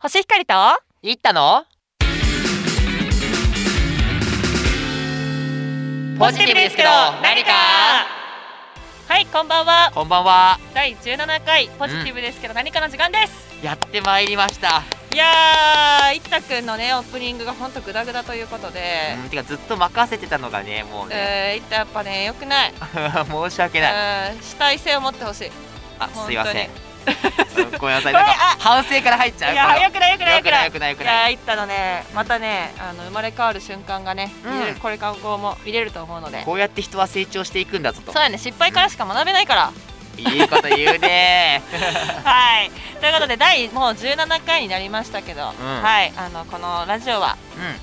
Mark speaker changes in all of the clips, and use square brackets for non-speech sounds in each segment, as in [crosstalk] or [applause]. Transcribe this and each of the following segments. Speaker 1: 星光と
Speaker 2: 行ったのポジティブですけど何か
Speaker 1: はいこんばんは
Speaker 2: こんばんは
Speaker 1: 第17回ポジティブですけど何かの時間です、
Speaker 2: やってまいりました、
Speaker 1: いやーいったくんのねオープニングがほんとグダグダということで、
Speaker 2: うん、てかずっと任せてたのがねもうね、
Speaker 1: えーいったやっぱね良くない
Speaker 2: [laughs] 申し訳ない
Speaker 1: うん主体性を持ってほしい
Speaker 2: あ
Speaker 1: 本当に
Speaker 2: すいませんうんごめんなさい [laughs] なん
Speaker 1: こ
Speaker 2: か
Speaker 1: れあ
Speaker 2: 反省から入っちゃう
Speaker 1: いや
Speaker 2: これ
Speaker 1: よくないよくないよくない
Speaker 2: よくないよく
Speaker 1: い
Speaker 2: ない
Speaker 1: やいったのねまたねあの生まれ変わる瞬間がね、
Speaker 2: うん
Speaker 1: 見れるこれから後も見れると思うので
Speaker 2: こうやって人は成長していくんだぞと
Speaker 1: そうやね失敗からしか学べないから
Speaker 2: いいこと言う [laughs] ね
Speaker 1: はいということで第もう17回になりましたけど、はいあのこのラジオは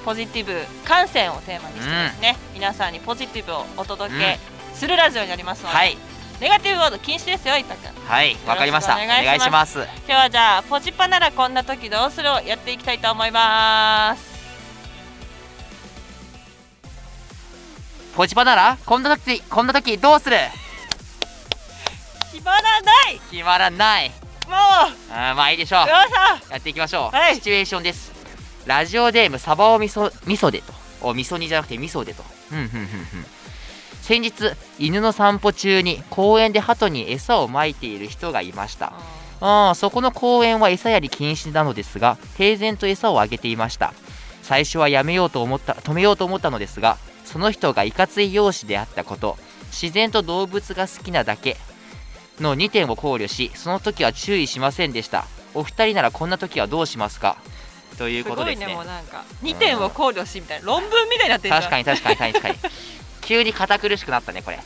Speaker 2: う
Speaker 1: ポジティブ観戦をテーマにしてですね、皆さんにポジティブをお届けするラジオになります
Speaker 2: ん
Speaker 1: ので、
Speaker 2: はい
Speaker 1: ネガティブワード禁止ですよいったくん今
Speaker 2: はいわかりましたお
Speaker 1: よろしくお
Speaker 2: 願
Speaker 1: 願
Speaker 2: い
Speaker 1: い
Speaker 2: し
Speaker 1: し
Speaker 2: ま
Speaker 1: ます日はじゃあポジパならこんな時どうするをやっていきたいと思います
Speaker 2: ポジパならこんな時こんな時どうする
Speaker 1: 決まらない
Speaker 2: 決まらない
Speaker 1: もう
Speaker 2: あーまあいいでしょう
Speaker 1: よいし
Speaker 2: やっていきましょう、
Speaker 1: はい
Speaker 2: シチュエーションですラジオデームサバをみそみそでとおみそにじゃなくてみそでとうんうんうんうん先日犬の散歩中に公園で鳩に餌をまいている人がいました
Speaker 1: ょ
Speaker 2: あーそこの公園は餌やり禁止なのですが平然と餌をあげていました最初はやめようと思った止めようと思ったのですがその人がいかつい容姿であったこと自然と動物が好きなだけの2点を考慮しその時は注意しませんでしたお二人ならこんな時はどうしますかという
Speaker 1: す
Speaker 2: こと
Speaker 1: ご
Speaker 2: で
Speaker 1: い
Speaker 2: す
Speaker 1: ね
Speaker 2: ね
Speaker 1: もうなんか2点を考慮しみたいな論文みたいになってるじゃん
Speaker 2: 確かに確かに確かに
Speaker 1: [laughs]
Speaker 2: 急に堅苦しくなったねこれ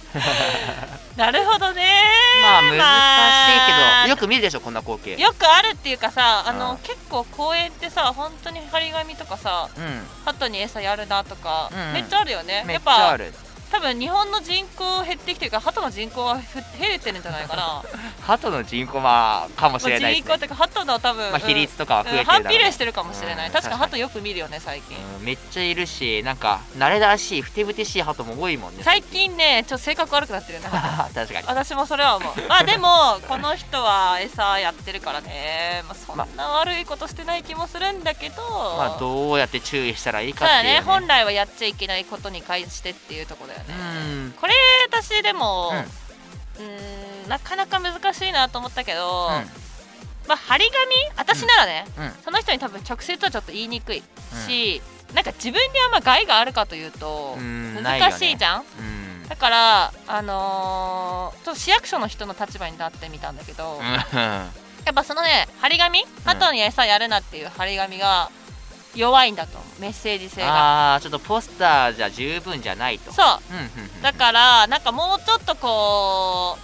Speaker 1: なるほどね
Speaker 2: まあ難しいけど、
Speaker 1: まあ
Speaker 2: よく見るでしょこんな光
Speaker 1: [laughs]
Speaker 2: 景
Speaker 1: よくあるっていうかさあの、
Speaker 2: うん
Speaker 1: 結構公園ってさ本当に張り紙とかさ
Speaker 2: うん
Speaker 1: 鳩に餌やるなとか、
Speaker 2: うんうん
Speaker 1: めっちゃあるよね
Speaker 2: め
Speaker 1: や
Speaker 2: っ
Speaker 1: っ
Speaker 2: ちゃあ
Speaker 1: ぱ
Speaker 2: る
Speaker 1: 多分日本の人口減ってきてるから鳩の人口はふ減れてるんじゃないか
Speaker 2: [laughs]
Speaker 1: な
Speaker 2: 鳩の人口はかもしれないで
Speaker 1: 人口っ
Speaker 2: す、ね
Speaker 1: ていうか鳩の多分、
Speaker 2: まあ、比率とかは増えて
Speaker 1: うん
Speaker 2: るだ
Speaker 1: 反
Speaker 2: ろう
Speaker 1: 比
Speaker 2: ね
Speaker 1: 例してるかもしれない、
Speaker 2: うん
Speaker 1: 確かに
Speaker 2: 確か
Speaker 1: 鳩よく見るよね最近、
Speaker 2: うんめっちゃいるしなんか慣れらしいふてぶてしい鳩も多いもんね
Speaker 1: 最近ねちょっと性格悪くなってるよね [laughs]
Speaker 2: [laughs] 確かに
Speaker 1: 私もそれは思うまあでもこの人は餌やってるからね、まあ、そんな悪いことしてない気もするんだけど、
Speaker 2: まあどうやって注意したらいいか
Speaker 1: そう
Speaker 2: っ
Speaker 1: だ
Speaker 2: ていう、ね、
Speaker 1: ね本来はやっちゃいけないことに関してっていうところだよね、
Speaker 2: うん
Speaker 1: これ私でも
Speaker 2: うん
Speaker 1: うーんなかなか難しいなと思ったけど、
Speaker 2: う
Speaker 1: まあ張り紙私ならね、
Speaker 2: んうん
Speaker 1: その人に多分直接はちょっと言いにくいし、なんか自分にあんま害があるかというと
Speaker 2: うんないよね
Speaker 1: 難しいじゃん、
Speaker 2: うん
Speaker 1: だからあのーちょっと市役所の人の立場になってみたんだけど、やっぱそのね張り紙後に餌やるなっていう張り紙が弱いんだと思うメッセージ性が
Speaker 2: [laughs] あーちょっとポスターじゃ十分じゃないと
Speaker 1: そう
Speaker 2: うんうんうん
Speaker 1: だからなんかもうちょっとこ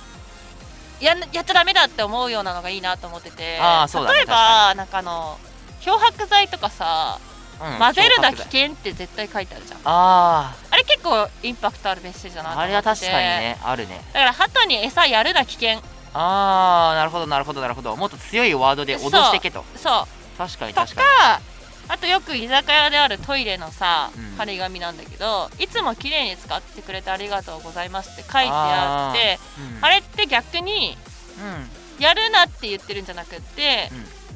Speaker 1: うやんやっちゃダメだって思うようなのがいいなと思ってて
Speaker 2: あーそうだね
Speaker 1: 例えばなんかあの漂白剤とかさ
Speaker 2: うん
Speaker 1: 混ぜるな
Speaker 2: 漂白
Speaker 1: 危
Speaker 2: 剤
Speaker 1: 険って絶対書いてあるじゃん
Speaker 2: あ
Speaker 1: あれ結構インパクトあるメッセージだな
Speaker 2: あ
Speaker 1: と思
Speaker 2: あ
Speaker 1: って
Speaker 2: れは確かにねあるね
Speaker 1: だから鳩に餌やるな危険
Speaker 2: ああなるほどなるほどなるほどもっと強いワードで脅してけと
Speaker 1: そ
Speaker 2: 確か
Speaker 1: う
Speaker 2: に
Speaker 1: と
Speaker 2: 確か
Speaker 1: かあとよく居酒屋であるトイレのさ
Speaker 2: うん
Speaker 1: 張り紙なんだけど、いつも綺麗に使ってくれてありがとうございますって書いてあって
Speaker 2: に、うん
Speaker 1: あれって逆に
Speaker 2: うん
Speaker 1: やるなって言ってるんじゃなくって、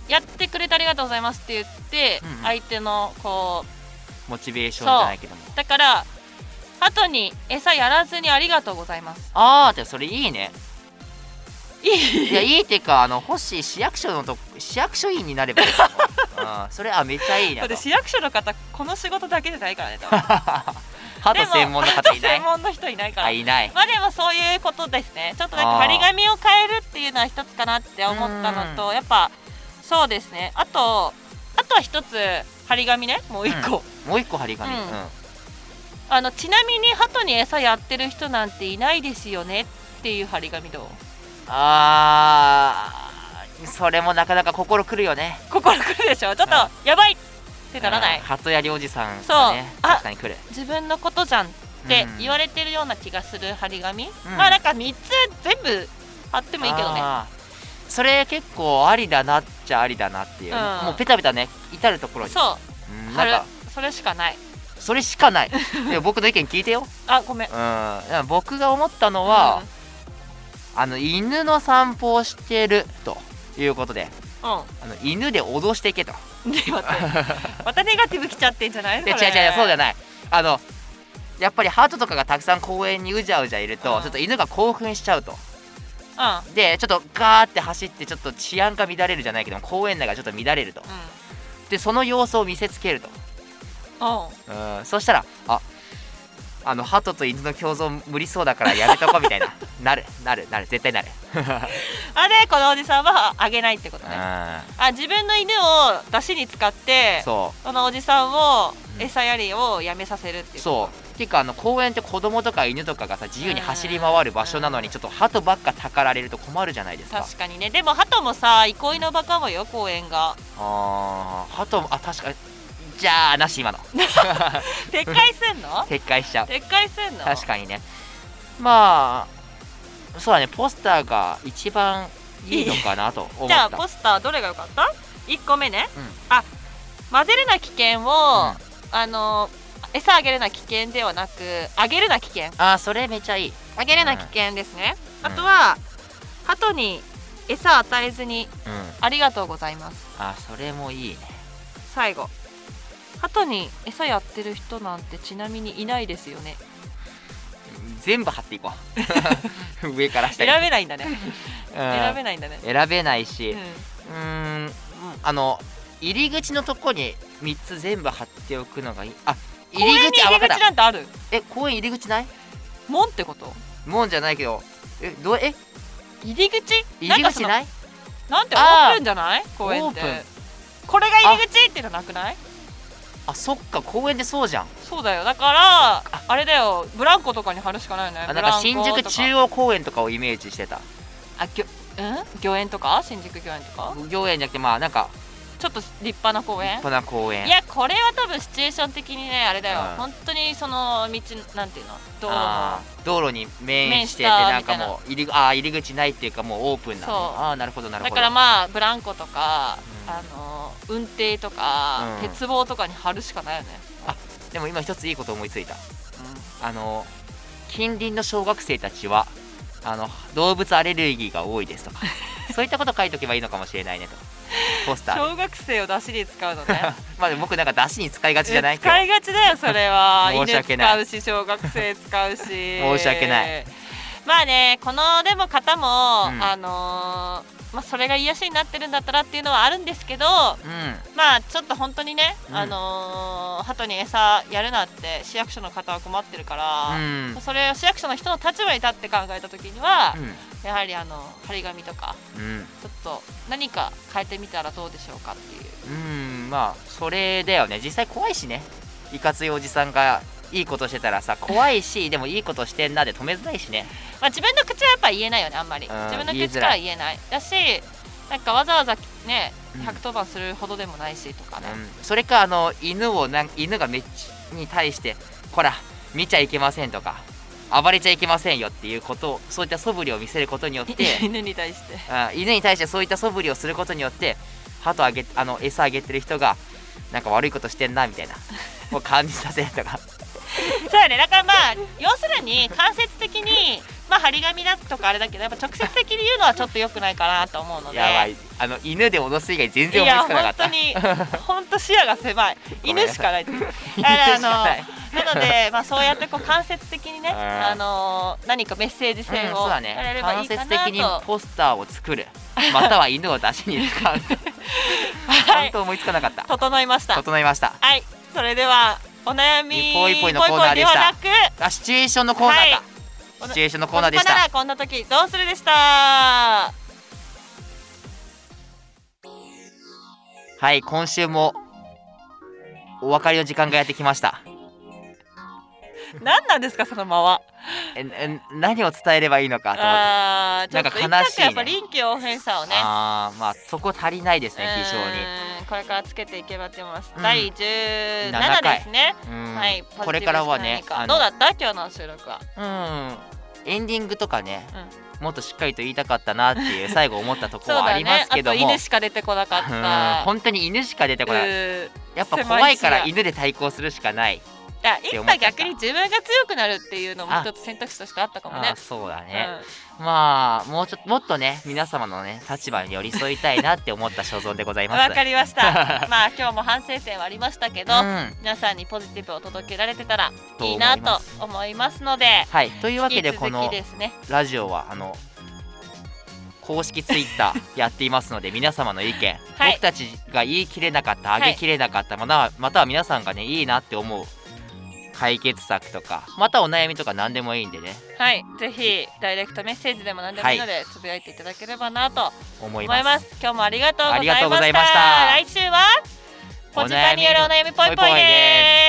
Speaker 1: やってくれてありがとうございますって言って、
Speaker 2: うんうん
Speaker 1: 相手のこ
Speaker 2: モチベーションじゃないけども
Speaker 1: うだから後に餌やらずにありがとうございます
Speaker 2: ああってそれいいね
Speaker 1: い
Speaker 2: いやいいってかあの星市役所のと市役所員になればいいと [laughs] 思う、うん、それあめっちゃいいなと
Speaker 1: 市役所の方この仕事だけじゃない
Speaker 2: [laughs]
Speaker 1: からね多分
Speaker 2: 鳩専門の方いない
Speaker 1: 専門の人いないから、
Speaker 2: あいない
Speaker 1: まあでもそういうことですねちょっとなんか
Speaker 2: あー
Speaker 1: 張り紙を変えるっていうのは一つかなって思ったのとやっぱそうですねあとあとは一つ張り紙ねもう一個、
Speaker 2: もう一個張り紙、う
Speaker 1: うんんあのちなみに鳩に餌やってる人なんていないですよねっていう張り紙どう
Speaker 2: あーそれもなかなか心くるよね
Speaker 1: 心くるでしょちょっとやばいってならない
Speaker 2: うん鳩やりおじさんがね
Speaker 1: そうあ
Speaker 2: 確かに来る
Speaker 1: 自分のことじゃんって言わ
Speaker 2: れ
Speaker 1: れてるような気がする張り紙、
Speaker 2: ん
Speaker 1: まあなんか3つ全部貼って
Speaker 2: て
Speaker 1: もいいけどね
Speaker 2: それ結構ありだなっちゃありだなっていう、
Speaker 1: うん
Speaker 2: もうペタペタね至るところに
Speaker 1: そ
Speaker 2: う
Speaker 1: う
Speaker 2: ん
Speaker 1: 貼
Speaker 2: なん
Speaker 1: る
Speaker 2: か
Speaker 1: それしかない
Speaker 2: それしかないでも僕の意見聞いてよ
Speaker 1: あごめん
Speaker 2: うん、僕が思ったのは、あの犬の散歩をしてるということで
Speaker 1: う
Speaker 2: あの犬で脅していけと。
Speaker 1: んで [laughs] 待ってまたネガティブ来ちゃってんじゃない
Speaker 2: いや違う違うそうじゃ
Speaker 1: ない
Speaker 2: ないあのやっぱりハートとかがたくさん公園にうじゃうじゃいると、
Speaker 1: うん
Speaker 2: ちょっと犬が興奮しちゃうと
Speaker 1: うん
Speaker 2: でちょっとガーって走ってちょっと治安が乱れるじゃないけども公園内がちょっと乱れるとでその様子を見せつけると
Speaker 1: うんうん
Speaker 2: うんそしたらああのハトと犬の共存無理そうだからやめとこうみた
Speaker 1: [laughs]
Speaker 2: いななるなるなる絶対なる
Speaker 1: あれこのおじさんはあげないってことねあ自分の犬を出しに使っ
Speaker 2: うん
Speaker 1: て
Speaker 2: そ
Speaker 1: このおじさんを
Speaker 2: うん
Speaker 1: 餌やりをやめさせるって
Speaker 2: う
Speaker 1: いう
Speaker 2: そうっていうかあの公園って子供とか犬とかがさ自由に走り回る場所なのにちょっとハトばっかたかられると困るじゃないですか
Speaker 1: 確かにねでも鳩もさ憩いの場かもよ公園
Speaker 2: [laughs]
Speaker 1: が
Speaker 2: あーハトもあ確かにじゃあなし
Speaker 1: [laughs]
Speaker 2: 今の
Speaker 1: 撤回すんの
Speaker 2: [laughs] 撤回しちゃう
Speaker 1: 撤回すんの
Speaker 2: 確かにねまあそうだねポスターが一番いいのかなと思
Speaker 1: [laughs]
Speaker 2: っ
Speaker 1: じゃあ
Speaker 2: た
Speaker 1: ポスターどれが良かった1個目ね、
Speaker 2: うん
Speaker 1: あ混ぜるな危険を、
Speaker 2: うん
Speaker 1: あの餌あげるな危険ではなくあげるな危険
Speaker 2: あーそれめちゃいい
Speaker 1: あげるな危険ですね、
Speaker 2: うん
Speaker 1: あとは鳩に餌与えずに
Speaker 2: うん
Speaker 1: ありがとうございます
Speaker 2: あーそれもいいね
Speaker 1: 最後鳩に餌やってる人なんてちなみにいないですよね
Speaker 2: 全部貼っていこ
Speaker 1: [laughs]
Speaker 2: う上から下
Speaker 1: 選
Speaker 2: に
Speaker 1: べないんだね
Speaker 2: うん
Speaker 1: 選べないんだね、
Speaker 2: 選べないし、
Speaker 1: うん
Speaker 2: うーんあの入り口のとこに3つ全部貼っておくのがいいあ入
Speaker 1: 公園
Speaker 2: り
Speaker 1: に
Speaker 2: 口あ
Speaker 1: 入
Speaker 2: 分
Speaker 1: り
Speaker 2: かった
Speaker 1: 口なんてある
Speaker 2: え公園入り口ない
Speaker 1: 門ってこと
Speaker 2: もんじゃないけどえどうえ
Speaker 1: 入り口
Speaker 2: 入り
Speaker 1: なんかそ
Speaker 2: 口
Speaker 1: の
Speaker 2: ない
Speaker 1: なんてオ
Speaker 2: あー
Speaker 1: ープンじゃない公園って
Speaker 2: オープン
Speaker 1: これが入り口っていうのなくない
Speaker 2: あそっか公園でそうじゃん
Speaker 1: そうだよだからあれだよブランコとかに貼るしかないよね
Speaker 2: あ
Speaker 1: ブ
Speaker 2: なん
Speaker 1: ラン
Speaker 2: か
Speaker 1: コ
Speaker 2: 新宿
Speaker 1: とか
Speaker 2: 中央公園とかをイメージしてた
Speaker 1: あぎょうん御苑とか新宿御苑とか
Speaker 2: 行園じゃなくてまあなんか
Speaker 1: ちょっと立派な公
Speaker 2: 立
Speaker 1: 園
Speaker 2: 派な公園
Speaker 1: いやこれは多分シチュエーション的にねあれだよ
Speaker 2: うん
Speaker 1: 本当にその道なんていうの道路
Speaker 2: あー道路に面してて
Speaker 1: 面した
Speaker 2: なんかもう入りあー入り口ないっていうかもうオープンな
Speaker 1: そう
Speaker 2: ああなるほどなる
Speaker 1: だ
Speaker 2: ほど
Speaker 1: からまあブランコとか、
Speaker 2: うん
Speaker 1: あの運転とか、
Speaker 2: うん
Speaker 1: 鉄棒とかに貼るしかないよね、
Speaker 2: でも今一ついいこと思いついたあの近隣の小学生たちはあの動物アレルギーが多いですとかそういったこと書いとけばいいのかもしれないねとポスターで
Speaker 1: 小学生を出しに使うの
Speaker 2: [laughs]
Speaker 1: ね
Speaker 2: まあでも僕なんか出しに使いがちじゃない
Speaker 1: 使いがちだよそれは
Speaker 2: [laughs] 申し訳ない
Speaker 1: 犬使うし小学生使うし
Speaker 2: 申し訳ない
Speaker 1: まあねこのでも方も、
Speaker 2: うん
Speaker 1: あのーまあ、それが癒しになってるんだったらっていうのはあるんですけど
Speaker 2: う
Speaker 1: まあちょっと本当にね、
Speaker 2: うん
Speaker 1: あのー鳩に餌やるなって市役所の方は困ってるから、
Speaker 2: ん
Speaker 1: それを市役所の人の立場に立って考えた時には、
Speaker 2: うん
Speaker 1: やはりあの張り紙とか
Speaker 2: うん
Speaker 1: ちょっと何か変えてみたらどうでしょうかっていう
Speaker 2: うんまあそれだよね実際怖いしねいかついおじさんがいいことしてたらさ怖いしでもいいことしてんなで止めづらいしね
Speaker 1: まあ、自分の口はやっぱ言えないよねあんまり
Speaker 2: うん
Speaker 1: 自分の口から言えないだしなんかわざわざね
Speaker 2: うん
Speaker 1: 110番するほどでもないしとかね、
Speaker 2: うん、それかあの犬をなん犬がめっちに対して「こら見ちゃいけません」とか「暴れちゃいけませんよ」っていうことをそういった素振りを見せることによって
Speaker 1: [laughs] 犬に対して
Speaker 2: あ犬に対してそういった素振りをすることによって鳩あげあの餌あげてる人がなんか悪いことしてんなみた
Speaker 1: [laughs]
Speaker 2: いなを感じさせるとか
Speaker 1: そうだねだからまあ要するに間接的にまあ張り紙だとかあれだけどやっぱ直接的に言うのはちょっと良くないかなと思うので
Speaker 2: やばいあの犬で脅す以外全
Speaker 1: い
Speaker 2: 然思い
Speaker 1: や
Speaker 2: つか
Speaker 1: 本
Speaker 2: なかった
Speaker 1: 当に本当視野が狭
Speaker 2: [laughs]
Speaker 1: い
Speaker 2: ご
Speaker 1: 犬
Speaker 2: めんな
Speaker 1: し
Speaker 2: さ
Speaker 1: かないです
Speaker 2: 犬
Speaker 1: だからあ
Speaker 2: し
Speaker 1: の
Speaker 2: かない
Speaker 1: なの
Speaker 2: [laughs]
Speaker 1: で、まあ、そうやってこう間接的にね、
Speaker 2: あー
Speaker 1: あのー何かメッセージ
Speaker 2: うん
Speaker 1: 性
Speaker 2: そ
Speaker 1: を
Speaker 2: うだ
Speaker 1: や
Speaker 2: ね
Speaker 1: れればい
Speaker 2: 間
Speaker 1: いかな
Speaker 2: 接
Speaker 1: と、
Speaker 2: 的にポスターを作るまたは犬を出しに
Speaker 1: [laughs]
Speaker 2: 使う
Speaker 1: はい
Speaker 2: 本当思いつかなかった
Speaker 1: 整いました。
Speaker 2: 整いました
Speaker 1: はい、それではお悩み
Speaker 2: 一歩一歩のコーナーで
Speaker 1: 一
Speaker 2: した
Speaker 1: 歩一歩ではなく、
Speaker 2: あシチュエーションのコーナーか、
Speaker 1: はい
Speaker 2: シチュエーションのコーナーでし
Speaker 1: こんな
Speaker 2: た
Speaker 1: らこんな時どうするでした。
Speaker 2: はい今週もお別れの時間がやってきました
Speaker 1: 何なんですかその間は。
Speaker 2: ええ何を伝えればいいのかと思って
Speaker 1: ああー、ちょっと
Speaker 2: なんか悲しい
Speaker 1: 一
Speaker 2: ね
Speaker 1: やっぱ臨機応変さをね。
Speaker 2: あーまあそこ足りないですね非常に
Speaker 1: うーんこれからつけていけばと思います。
Speaker 2: うん
Speaker 1: 第17
Speaker 2: 七回
Speaker 1: ですね。
Speaker 2: うん
Speaker 1: はい、ポジティブ
Speaker 2: これからはね
Speaker 1: しか
Speaker 2: あ
Speaker 1: 何か
Speaker 2: の
Speaker 1: どうだった今日の収録は。
Speaker 2: うんエンディングとかね、もっとしっかりと言いたかったなって
Speaker 1: [laughs]
Speaker 2: いう最後思ったとこ
Speaker 1: そ
Speaker 2: ろ
Speaker 1: う
Speaker 2: はあ
Speaker 1: だ
Speaker 2: りま
Speaker 1: ね
Speaker 2: す。
Speaker 1: あ
Speaker 2: け
Speaker 1: と
Speaker 2: ども、
Speaker 1: 犬しか出てこなかっ
Speaker 2: うん
Speaker 1: た。
Speaker 2: 本当に犬しか出てこない
Speaker 1: うん
Speaker 2: やっぱ怖いから犬で対抗するしかない
Speaker 1: や
Speaker 2: て
Speaker 1: 一
Speaker 2: 思っ
Speaker 1: 杯
Speaker 2: ちゃった
Speaker 1: 逆に自分が強くなるっていうのも
Speaker 2: あ
Speaker 1: 一つ選択肢としてあったかも
Speaker 2: あ
Speaker 1: ね
Speaker 2: ー。そうだね、まあもうちょっともっとね皆様のね立場に寄り添いたいなって思った所存でござい
Speaker 1: うん
Speaker 2: ます
Speaker 1: わかりま
Speaker 2: [laughs]
Speaker 1: した。まあ今日も反省点はありましたけど、
Speaker 2: うん
Speaker 1: 皆さんにポジティブを届けられてたらいいなと思いますので、
Speaker 2: はいというわけ
Speaker 1: 引き
Speaker 2: で
Speaker 1: 続
Speaker 2: こ
Speaker 1: き
Speaker 2: の
Speaker 1: ですね。
Speaker 2: ラジオはあの公式ツイッターやっていますので皆様の意見、
Speaker 1: はい
Speaker 2: 僕たちが言い切れなかった
Speaker 1: はい
Speaker 2: 上げきれなかった、またはまたは皆さんがねいいなって思う解決策とかまたお悩みとか何でもいいんでね
Speaker 1: はい、ぜひダイレクトメッセージでも何でもいいので、つぶやいていただければなと
Speaker 2: 思
Speaker 1: 思
Speaker 2: い
Speaker 1: い
Speaker 2: ます
Speaker 1: ます。今日もありがとうございま
Speaker 2: ありがとうございま
Speaker 1: し
Speaker 2: したた
Speaker 1: 来週はポジタによるお悩みぽいぽい
Speaker 2: ぽいぽい
Speaker 1: です。